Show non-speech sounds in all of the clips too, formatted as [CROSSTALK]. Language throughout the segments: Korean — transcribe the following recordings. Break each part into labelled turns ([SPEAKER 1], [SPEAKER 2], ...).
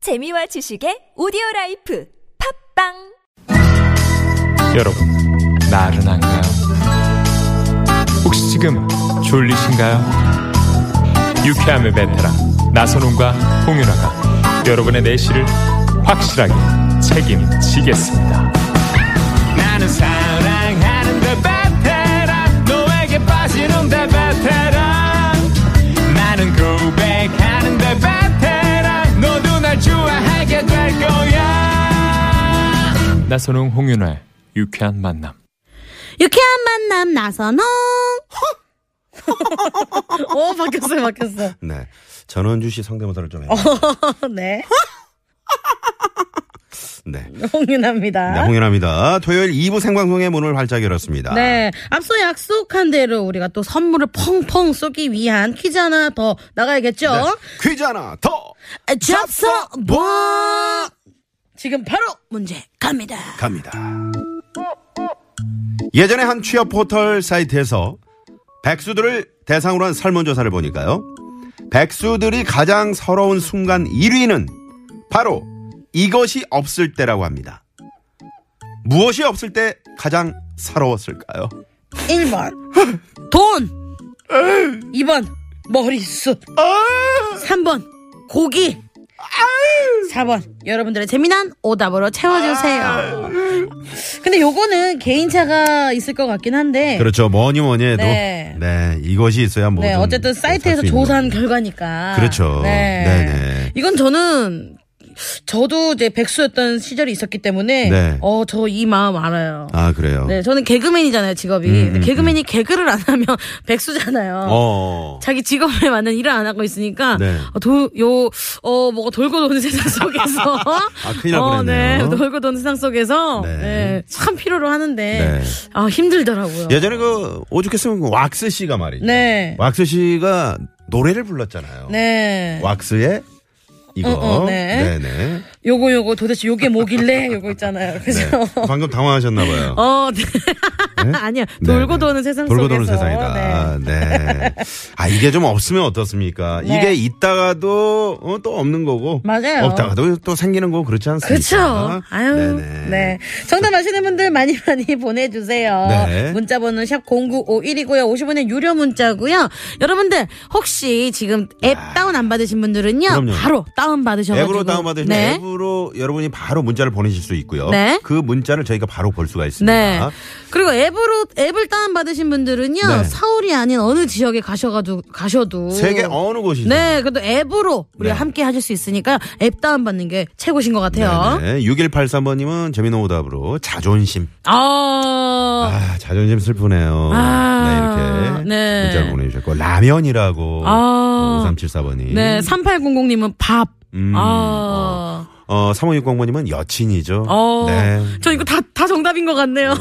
[SPEAKER 1] 재미와 지식의 오디오 라이프 팝빵
[SPEAKER 2] 여러분, 나른한가요? 혹시 지금 졸리신가요? 유쾌함의 베테랑 나선홍과 홍윤아가 여러분의 내실을 확실하게 책임지겠습니다. 나는 사랑하는데 베테랑 너에게 빠지는데 베테랑 나는 고백하는데 그 베테랑 너도 날 좋아하게 될 거야. 나선홍 홍윤아의 유쾌한 만남.
[SPEAKER 3] 유쾌한 만남 [LAUGHS] 나선홍. 오 어, 바뀌었어요 바뀌었어.
[SPEAKER 4] 네. 전원주 씨 성대모사를 좀 해요.
[SPEAKER 3] 네
[SPEAKER 4] 네. 네,
[SPEAKER 3] 홍윤아입니다.
[SPEAKER 4] 홍윤아입니다. 토요일 2부 생방송의 문을 활짝 열었습니다.
[SPEAKER 3] 네 앞서 약속한 대로 우리가 또 선물을 펑펑 쏘기 위한 퀴즈 하나 더 나가야겠죠.
[SPEAKER 4] 네, 퀴즈 하나 더
[SPEAKER 3] 네. 잡서 뭐 지금 바로 문제 갑니다.
[SPEAKER 4] 갑니다. 예전에 한 취업 포털 사이트에서 백수들을 대상으로 한 설문조사를 보니까요. 백수들이 가장 서러운 순간 1위는 바로 이것이 없을 때라고 합니다. 무엇이 없을 때 가장 서러웠을까요?
[SPEAKER 3] 1번 [LAUGHS] 돈 2번 머리숱 3번 고기 4번 여러분들의 재미난 오답으로 채워주세요 근데 요거는 개인차가 있을 것 같긴 한데
[SPEAKER 4] 그렇죠. 뭐니 뭐니 해도
[SPEAKER 3] 네.
[SPEAKER 4] 네, 이것이 있어야 뭐.
[SPEAKER 3] 네
[SPEAKER 4] 좀
[SPEAKER 3] 어쨌든
[SPEAKER 4] 살수
[SPEAKER 3] 사이트에서
[SPEAKER 4] 있는
[SPEAKER 3] 조사한 결과니까
[SPEAKER 4] 그렇죠. 네네.
[SPEAKER 3] 이건 저는 저도 이제 백수였던 시절이 있었기 때문에
[SPEAKER 4] 네.
[SPEAKER 3] 어 저 이 마음 알아요
[SPEAKER 4] 아 그래요.
[SPEAKER 3] 네, 저는 개그맨이잖아요, 직업이. 근데 개그맨이 개그를 안 하면 [LAUGHS] 백수잖아요.
[SPEAKER 4] 어.
[SPEAKER 3] 자기 직업에 맞는 일을 안 하고 있으니까
[SPEAKER 4] 네.
[SPEAKER 3] 어, 도, 요, 어, 뭐가 돌고 도는 세상
[SPEAKER 4] [LAUGHS]
[SPEAKER 3] 속에서
[SPEAKER 4] 아, 큰일 날
[SPEAKER 3] 어, 네,
[SPEAKER 4] 뻔했네요.
[SPEAKER 3] 돌고 도는 세상 속에서
[SPEAKER 4] 네.
[SPEAKER 3] 네, 참 필요로 하는데
[SPEAKER 4] 네.
[SPEAKER 3] 아 힘들더라고요.
[SPEAKER 4] 예전에 그 오죽했으면 그 왁스 씨가 말이죠.
[SPEAKER 3] 네,
[SPEAKER 4] 왁스 씨가 노래를 불렀잖아요.
[SPEAKER 3] 네,
[SPEAKER 4] 왁스의 이거.
[SPEAKER 3] 어, 어, 네.
[SPEAKER 4] 네
[SPEAKER 3] 요거 요거 도대체 요게 뭐길래 요거 있잖아요, 그죠?
[SPEAKER 4] 방금 당황하셨나 봐요.
[SPEAKER 3] [LAUGHS] 어, 네. [LAUGHS] 아니야 돌고
[SPEAKER 4] 네. 네, 네.
[SPEAKER 3] 도는 세상
[SPEAKER 4] 돌고
[SPEAKER 3] 속에서
[SPEAKER 4] 도는 세상이다. 네. 아 이게 좀 없으면 어떻습니까?
[SPEAKER 3] 네.
[SPEAKER 4] 이게 있다가도 어, 또 없는 거고,
[SPEAKER 3] 맞아요.
[SPEAKER 4] 없다가도 또 생기는 거고 그렇지 않습니까?
[SPEAKER 3] 그렇죠. 아유.
[SPEAKER 4] 네네.
[SPEAKER 3] 네. 정답 아시는 분들 많이 많이 [LAUGHS] 보내주세요.
[SPEAKER 4] 네.
[SPEAKER 3] 문자 번호 샵 0951이고요. 50원의 유료 문자고요. 여러분들 혹시 지금 앱 다운 안 받으신 분들은요.
[SPEAKER 4] 아. 그럼요.
[SPEAKER 3] 바로 다운 받으셔가지고.
[SPEAKER 4] 앱으로 다운받으시면
[SPEAKER 3] 네.
[SPEAKER 4] 앱으로 여러분이 바로 문자를 보내실 수 있고요.
[SPEAKER 3] 네.
[SPEAKER 4] 그 문자를 저희가 바로 볼 수가 있습니다.
[SPEAKER 3] 네. 그리고 앱으로 앱을 다운 받으신 분들은요.
[SPEAKER 4] 네.
[SPEAKER 3] 서울이 아닌 어느 지역에 가셔가지고 가셔도
[SPEAKER 4] 세계 어느 곳이든
[SPEAKER 3] 네, 그래도 앱으로 우리가
[SPEAKER 4] 네.
[SPEAKER 3] 함께 하실 수 있으니까 앱 다운 받는 게 최고신 것 같아요.
[SPEAKER 4] 네, 6183번님은 재미난 오답으로 자존심.
[SPEAKER 3] 아,
[SPEAKER 4] 아, 자존심 슬프네요.
[SPEAKER 3] 아,
[SPEAKER 4] 네, 이렇게
[SPEAKER 3] 네.
[SPEAKER 4] 문자를 보내주셨고, 라면이라고.
[SPEAKER 3] 아.
[SPEAKER 4] 5374번님.
[SPEAKER 3] 네, 3800님은 밥.
[SPEAKER 4] 음,
[SPEAKER 3] 아.
[SPEAKER 4] 어, 3560번님은 여친이죠.
[SPEAKER 3] 어.
[SPEAKER 4] 네.
[SPEAKER 3] 저 이거 다, 다 정답인 것 같네요.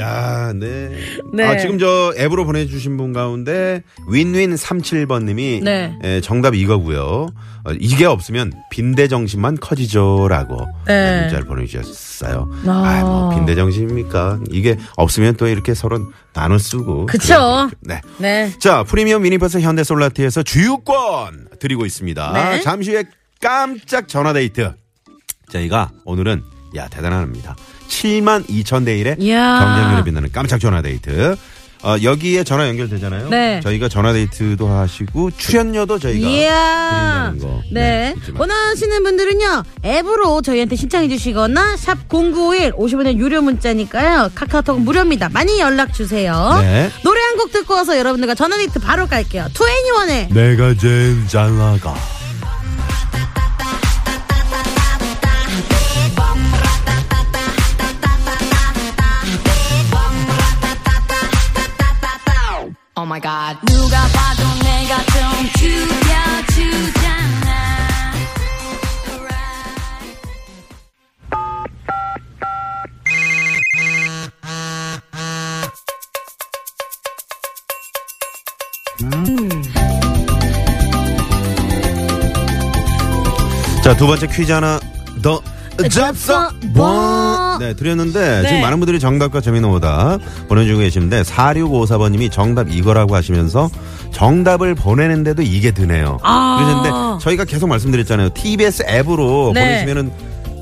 [SPEAKER 4] 야, 네.
[SPEAKER 3] 네.
[SPEAKER 4] 아, 지금 저 앱으로 보내주신 분 가운데 윈윈 37번님이 예,
[SPEAKER 3] 네.
[SPEAKER 4] 정답 이거고요. 어, 이게 없으면 빈대 정신만 커지죠라고
[SPEAKER 3] 네.
[SPEAKER 4] 네, 문자를 보내주셨어요.
[SPEAKER 3] 아.
[SPEAKER 4] 아, 뭐 빈대 정신입니까? 이게 없으면 또 이렇게 서로 나눠 쓰고.
[SPEAKER 3] 그쵸.
[SPEAKER 4] 네.
[SPEAKER 3] 네.
[SPEAKER 4] 자, 프리미엄 미니버스 현대솔라티에서 주유권 드리고 있습니다.
[SPEAKER 3] 네.
[SPEAKER 4] 잠시 후에 깜짝 전화데이트. 저희가 오늘은, 야, 대단합니다. 7만 2천 대 1의
[SPEAKER 3] 이야.
[SPEAKER 4] 경쟁률을 빛나는 깜짝 전화데이트. 어, 여기에 전화 연결되잖아요.
[SPEAKER 3] 네.
[SPEAKER 4] 저희가 전화데이트도 하시고 출연료도 [LAUGHS] 저희가.
[SPEAKER 3] 이야.
[SPEAKER 4] 드린다는 거.
[SPEAKER 3] 네.
[SPEAKER 4] 네, 잊지 마세요.
[SPEAKER 3] 원하시는 분들은요, 앱으로 저희한테 신청해주시거나, 샵0951, 50원의 유료 문자니까요, 카카오톡 무료입니다. 많이 연락주세요.
[SPEAKER 4] 네.
[SPEAKER 3] 노래 한 곡 듣고 와서 여러분들과 전화데이트 바로 갈게요. 투애니원의
[SPEAKER 4] 내가 제일 잘 나가.
[SPEAKER 5] Oh my god. 누가 봐도 내가 좀 죽여주잖아.
[SPEAKER 4] 자, 두 번째 퀴즈 하나 더. 잡서
[SPEAKER 3] 네, 뭐?
[SPEAKER 4] 뭐? 네, 드렸는데
[SPEAKER 3] 네.
[SPEAKER 4] 지금 많은 분들이 정답과 재미는 오다 보내주고 계시는데 4654번님이 정답 이거라고 하시면서 정답을 보내는데도 이게 드네요.
[SPEAKER 3] 아.
[SPEAKER 4] 그런데 저희가 계속 말씀드렸잖아요. TBS 앱으로
[SPEAKER 3] 네.
[SPEAKER 4] 보내시면은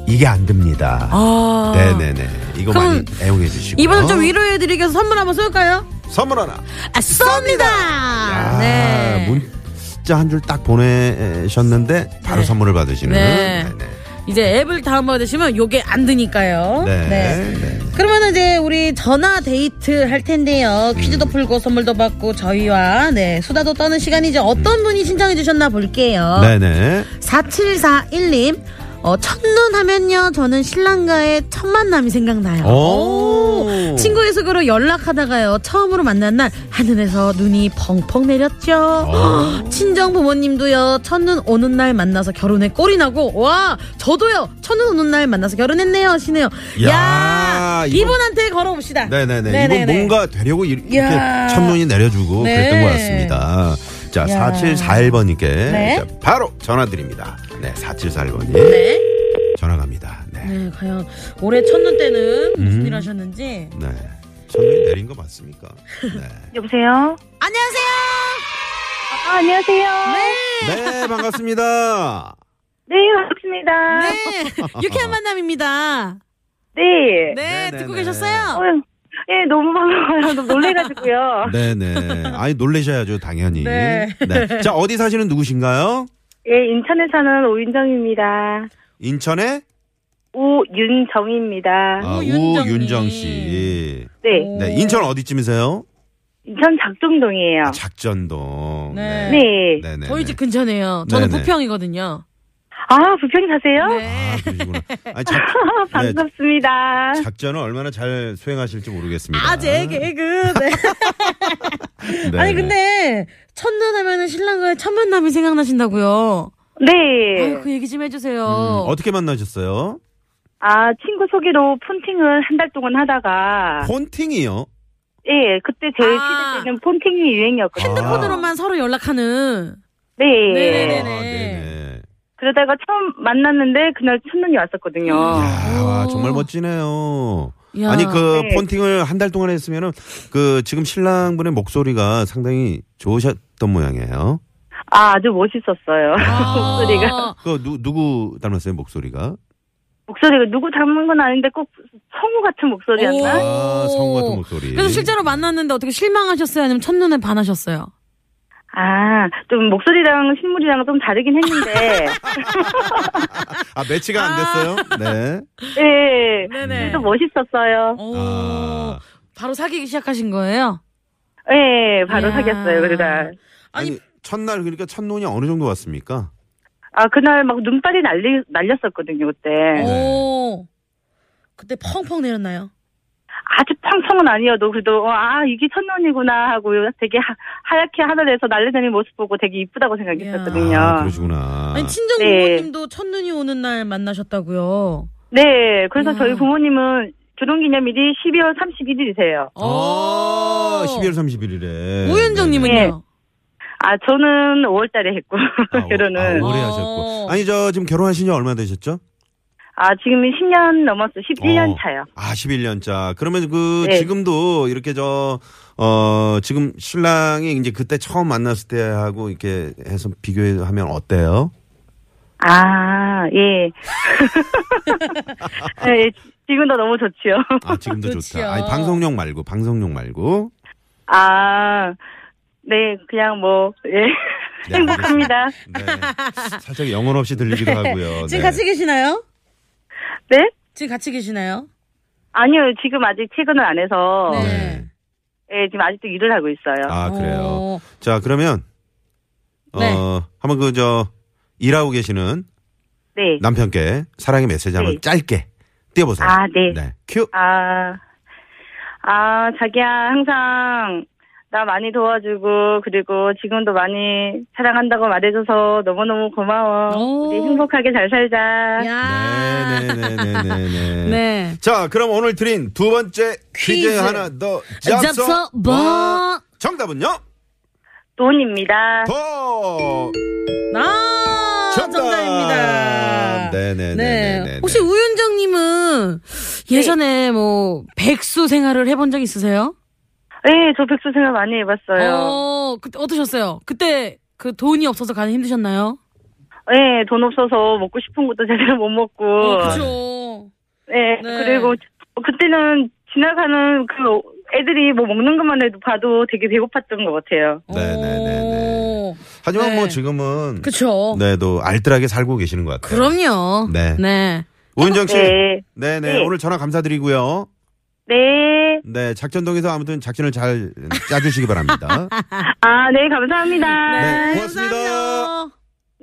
[SPEAKER 4] 이게 안 됩니다.
[SPEAKER 3] 아.
[SPEAKER 4] 네네네. 이거
[SPEAKER 3] 그럼
[SPEAKER 4] 많이 애용해 주시고.
[SPEAKER 3] 이번엔 좀 위로해드리기 위해서 선물 한번 쏠까요?
[SPEAKER 4] 선물 하나.
[SPEAKER 3] 아, 쏩니다!
[SPEAKER 4] 아,
[SPEAKER 3] 네.
[SPEAKER 4] 문자 한 줄 딱 보내셨는데 바로
[SPEAKER 3] 네.
[SPEAKER 4] 선물을 받으시는.
[SPEAKER 3] 네.
[SPEAKER 4] 네네.
[SPEAKER 3] 이제 앱을 다운받으시면 요게 안 드니까요.
[SPEAKER 4] 네.
[SPEAKER 3] 네.
[SPEAKER 4] 네.
[SPEAKER 3] 그러면 이제 우리 전화 데이트 할 텐데요. 퀴즈도
[SPEAKER 4] 음.
[SPEAKER 3] 풀고 선물도 받고 저희와 네 수다도 떠는 시간이죠. 어떤 분이 신청해 주셨나 볼게요.
[SPEAKER 4] 네네.
[SPEAKER 3] 4741님. 어, 첫눈 하면요, 저는 신랑과의 첫 만남이 생각나요.
[SPEAKER 4] 오.
[SPEAKER 3] 오. 친구의 소개로 연락하다가요, 처음으로 만난 날, 하늘에서 눈이 펑펑 내렸죠.
[SPEAKER 4] 오.
[SPEAKER 3] 친정 부모님도요, 첫눈 오는 날 만나서 결혼에 꼴이 나고, 와, 저도요, 첫눈 오는 날 만나서 결혼했네요, 하시네요.
[SPEAKER 4] 야,
[SPEAKER 3] 야,
[SPEAKER 4] 이분-
[SPEAKER 3] 이분한테 걸어봅시다.
[SPEAKER 4] 네네네.
[SPEAKER 3] 네네네.
[SPEAKER 4] 이건 뭔가 되려고 이- 이렇게
[SPEAKER 3] 야.
[SPEAKER 4] 참눈이 내려주고
[SPEAKER 3] 네.
[SPEAKER 4] 그랬던 것 같습니다. 자,
[SPEAKER 3] 야.
[SPEAKER 4] 4741번님께
[SPEAKER 3] 네.
[SPEAKER 4] 바로 전화드립니다. 네, 4741번님.
[SPEAKER 3] 네.
[SPEAKER 4] 전화 갑니다. 네.
[SPEAKER 3] 네, 과연 올해 첫눈 때는
[SPEAKER 4] 음.
[SPEAKER 3] 무슨 일 하셨는지.
[SPEAKER 4] 네. 첫눈이 내린 거 맞습니까? 네.
[SPEAKER 6] 여보세요?
[SPEAKER 3] 안녕하세요.
[SPEAKER 6] 아, 안녕하세요.
[SPEAKER 4] 네, 반갑습니다.
[SPEAKER 6] 네, 반갑습니다.
[SPEAKER 3] 네, 유쾌한 만남입니다.
[SPEAKER 6] 네.
[SPEAKER 3] 네,
[SPEAKER 4] 네,
[SPEAKER 3] 듣고
[SPEAKER 4] 네,
[SPEAKER 6] 어,
[SPEAKER 3] 계셨어요?
[SPEAKER 6] 예, 너무 반가워요. 너무 [LAUGHS] 놀래가지고요.
[SPEAKER 4] 네네. 아니, 놀라셔야죠, 당연히.
[SPEAKER 3] 네.
[SPEAKER 4] 네. 자, 어디 사시는 누구신가요?
[SPEAKER 6] 예, 인천에 사는 오윤정입니다.
[SPEAKER 4] 인천에?
[SPEAKER 6] 오윤정입니다.
[SPEAKER 4] 아,
[SPEAKER 3] 오윤정 님.
[SPEAKER 4] 오윤정 씨.
[SPEAKER 6] 네.
[SPEAKER 4] 네, 인천 어디쯤이세요?
[SPEAKER 6] 인천 작동동이에요.
[SPEAKER 4] 작전동.
[SPEAKER 3] 네.
[SPEAKER 6] 아, 네.
[SPEAKER 4] 네네.
[SPEAKER 3] 저희 집 근처네요. 저는
[SPEAKER 4] 네, 네.
[SPEAKER 3] 부평이거든요.
[SPEAKER 6] 아, 부평 사세요?
[SPEAKER 3] 네.
[SPEAKER 4] 아, 그러시구나. 아니, 작, 네,
[SPEAKER 6] 반갑습니다.
[SPEAKER 4] 작전을 얼마나 잘 수행하실지 모르겠습니다.
[SPEAKER 3] 아, 제 개그. 네.
[SPEAKER 4] 네.
[SPEAKER 3] 아니, 근데, 첫눈 하면은 신랑과의 첫 만남이 생각나신다고요.
[SPEAKER 6] 네.
[SPEAKER 3] 아유, 그 얘기 좀 해주세요.
[SPEAKER 4] 음, 어떻게 만나셨어요?
[SPEAKER 6] 아, 친구 소개로 폰팅을 한 달 동안 하다가,
[SPEAKER 4] 폰팅이요.
[SPEAKER 6] 예, 그때 제
[SPEAKER 3] 아.
[SPEAKER 6] 시대 때는 폰팅이 유행이었거든요.
[SPEAKER 3] 핸드폰으로만 서로 연락하는.
[SPEAKER 6] 네.
[SPEAKER 4] 아,
[SPEAKER 3] 네네네.
[SPEAKER 4] 네네.
[SPEAKER 6] 그러다가 처음 만났는데, 그날 첫눈이 왔었거든요.
[SPEAKER 4] 야, 와,
[SPEAKER 3] 오.
[SPEAKER 4] 정말 멋지네요.
[SPEAKER 3] 아. 야.
[SPEAKER 4] 아니 그
[SPEAKER 6] 네.
[SPEAKER 4] 폰팅을 한 달 동안 했으면은 그 지금 신랑분의 목소리가 상당히 좋으셨던 모양이에요.
[SPEAKER 6] 아, 아주 멋있었어요. [LAUGHS]
[SPEAKER 3] 아.
[SPEAKER 6] 목소리가.
[SPEAKER 4] 그 누, 누구 닮았어요 목소리가?
[SPEAKER 6] 목소리가 누구 닮은 건 아닌데 꼭 성우 같은 목소리였나?
[SPEAKER 4] 아 성우 같은 목소리.
[SPEAKER 3] 그래서 실제로 만났는데 어떻게 실망하셨어요? 아니면 첫눈에 반하셨어요?
[SPEAKER 6] 아, 좀 목소리랑 실물이랑 좀 다르긴 했는데.
[SPEAKER 4] 아 매치가 안 됐어요? 네.
[SPEAKER 6] 예.
[SPEAKER 3] 네네.
[SPEAKER 6] 좀 멋있었어요.
[SPEAKER 3] [LAUGHS] 뭐- 오,
[SPEAKER 4] 아.
[SPEAKER 3] 바로 사귀기 시작하신 거예요?
[SPEAKER 6] 예, 바로
[SPEAKER 3] 이야.
[SPEAKER 6] 사귀었어요, 그날.
[SPEAKER 4] 아니,
[SPEAKER 3] 아니,
[SPEAKER 4] 첫날 그러니까 첫눈이 어느 정도 왔습니까?
[SPEAKER 6] 아, 그날 막 눈발이 날리, 날렸었거든요, 그때.
[SPEAKER 3] 어. 오. 그때 펑펑 내렸나요?
[SPEAKER 6] 아주 펑펑은 아니어도 그래도, 어, 아, 이게 첫눈이구나 하고 되게 하, 하얗게 하늘에서 날려다니는 모습 보고 되게 이쁘다고 생각했었거든요.
[SPEAKER 4] 아, 그러시구나.
[SPEAKER 3] 아니 친정
[SPEAKER 6] 네.
[SPEAKER 3] 부모님도 첫눈이 오는 날 만나셨다고요.
[SPEAKER 6] 네, 그래서
[SPEAKER 3] 이야.
[SPEAKER 6] 저희 부모님은 결혼기념일이 12월 31일이세요.
[SPEAKER 4] 아,
[SPEAKER 3] 오.
[SPEAKER 4] 12월 31일에.
[SPEAKER 3] 어, 오윤정님은요?
[SPEAKER 6] 네. 아, 저는 5월달에 했고, [LAUGHS] 결혼은.
[SPEAKER 4] 아,
[SPEAKER 3] 오.
[SPEAKER 4] 오래
[SPEAKER 3] 어.
[SPEAKER 4] 하셨고. 아니, 저 지금 결혼하신 지 얼마 되셨죠?
[SPEAKER 6] 아, 지금 10년 넘었어. 11년
[SPEAKER 4] 어.
[SPEAKER 6] 차요.
[SPEAKER 4] 아, 11년 차. 그러면 그,
[SPEAKER 6] 네.
[SPEAKER 4] 지금도 이렇게 저, 어, 지금 신랑이 이제 그때 처음 만났을 때 하고 이렇게 해서 비교하면 어때요?
[SPEAKER 6] 아, 예. [LAUGHS] 예, 지금도 너무 좋지요. [LAUGHS]
[SPEAKER 3] [LAUGHS]
[SPEAKER 4] 아, 지금도
[SPEAKER 3] 그치요.
[SPEAKER 4] 좋다. 아니, 방송용 말고, 방송용 말고.
[SPEAKER 6] 아, 네, 그냥 뭐, 예.
[SPEAKER 4] 네,
[SPEAKER 6] 행복합니다.
[SPEAKER 3] [LAUGHS]
[SPEAKER 4] 네. 살짝 영혼 없이 들리기도 하고요.
[SPEAKER 3] 지금
[SPEAKER 4] 네.
[SPEAKER 3] 같이 계시나요?
[SPEAKER 6] 네?
[SPEAKER 3] 지금 같이 계시나요?
[SPEAKER 6] 아니요, 지금 아직 퇴근을 안 해서,
[SPEAKER 3] 네.
[SPEAKER 6] 예, 지금 아직도 일을 하고 있어요.
[SPEAKER 4] 아, 그래요.
[SPEAKER 3] 오.
[SPEAKER 4] 자, 그러면, 어,
[SPEAKER 3] 네.
[SPEAKER 4] 한번 그, 저, 일하고 계시는
[SPEAKER 6] 네.
[SPEAKER 4] 남편께 사랑의 메시지 한번
[SPEAKER 6] 네.
[SPEAKER 4] 짧게 띄워보세요.
[SPEAKER 6] 아, 네.
[SPEAKER 4] 큐.
[SPEAKER 6] 아, 아, 자기야, 항상 나 많이 도와주고, 그리고 지금도 많이 사랑한다고 말해줘서 너무너무 고마워.
[SPEAKER 3] 오.
[SPEAKER 6] 우리 행복하게 잘 살자. 아.
[SPEAKER 3] 야.
[SPEAKER 4] 네. 네네네네네.
[SPEAKER 3] 네.
[SPEAKER 4] 자, 그럼 오늘 드린 두 번째
[SPEAKER 3] 퀴즈.
[SPEAKER 4] 퀴즈, 하나 더.
[SPEAKER 3] 잡서 뭐?
[SPEAKER 4] 정답은요?
[SPEAKER 6] 돈입니다.
[SPEAKER 4] 더.
[SPEAKER 3] 아,
[SPEAKER 4] 정답!
[SPEAKER 3] 정답입니다.
[SPEAKER 4] 네네네네네.
[SPEAKER 3] 혹시 우윤정님은 예전에 뭐 백수 생활을 해본 적 있으세요?
[SPEAKER 6] 예, 저 백수 생각 많이 해봤어요.
[SPEAKER 3] 어, 그때 어떠셨어요? 그때 그 돈이 없어서 가는 힘드셨나요?
[SPEAKER 6] 예, 돈 없어서 먹고 싶은 것도 제대로 못 먹고.
[SPEAKER 3] 어, 그죠.
[SPEAKER 6] 예,
[SPEAKER 3] 네.
[SPEAKER 6] 그리고 그때는 지나가는 그 애들이 뭐 먹는 것만 해도 봐도 되게 배고팠던 것 같아요.
[SPEAKER 4] 네, 네, 네, 네. 하지만
[SPEAKER 3] 네.
[SPEAKER 4] 뭐 지금은
[SPEAKER 3] 그쵸.
[SPEAKER 4] 네도 알뜰하게 살고 계시는 것 같아요.
[SPEAKER 3] 그럼요.
[SPEAKER 4] 네.
[SPEAKER 3] 네.
[SPEAKER 4] 오은정 씨.
[SPEAKER 6] 네.
[SPEAKER 4] 네, 네.
[SPEAKER 6] 네.
[SPEAKER 4] 오늘 전화 감사드리고요.
[SPEAKER 6] 네.
[SPEAKER 4] 네, 작전동에서 아무튼
[SPEAKER 3] [LAUGHS]
[SPEAKER 4] 작전을 잘 짜주시기 바랍니다.
[SPEAKER 6] 아, 네, 감사합니다.
[SPEAKER 4] 네, 고맙습니다.
[SPEAKER 3] 감사합니다.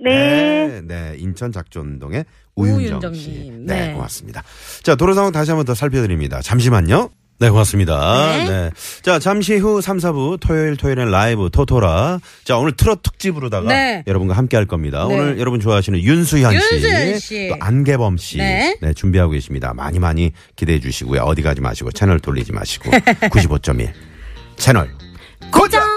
[SPEAKER 6] 네.
[SPEAKER 4] 네, 네, 인천 작전동의
[SPEAKER 3] 오윤정
[SPEAKER 4] 우윤정 씨.
[SPEAKER 3] 님,
[SPEAKER 4] 네,
[SPEAKER 3] 네.
[SPEAKER 4] 고맙습니다. 자, 도로 상황 다시 한번 더 살펴드립니다. 잠시만요. 네, 고맙습니다.
[SPEAKER 3] 네.
[SPEAKER 4] 네. 자, 잠시 후 3, 4부 토요일 토요일엔 라이브 토토라. 자, 오늘 트롯 특집으로다가
[SPEAKER 3] 네.
[SPEAKER 4] 여러분과 함께 할 겁니다.
[SPEAKER 3] 네.
[SPEAKER 4] 오늘 여러분 좋아하시는 윤수현 씨,
[SPEAKER 3] 윤수현 씨.
[SPEAKER 4] 또 안개범 씨.
[SPEAKER 3] 네.
[SPEAKER 4] 네. 준비하고 계십니다. 많이 많이 기대해
[SPEAKER 3] [LAUGHS]
[SPEAKER 4] 주시고요. 어디 가지 마시고 채널 돌리지 마시고 95.1 채널
[SPEAKER 3] 고장!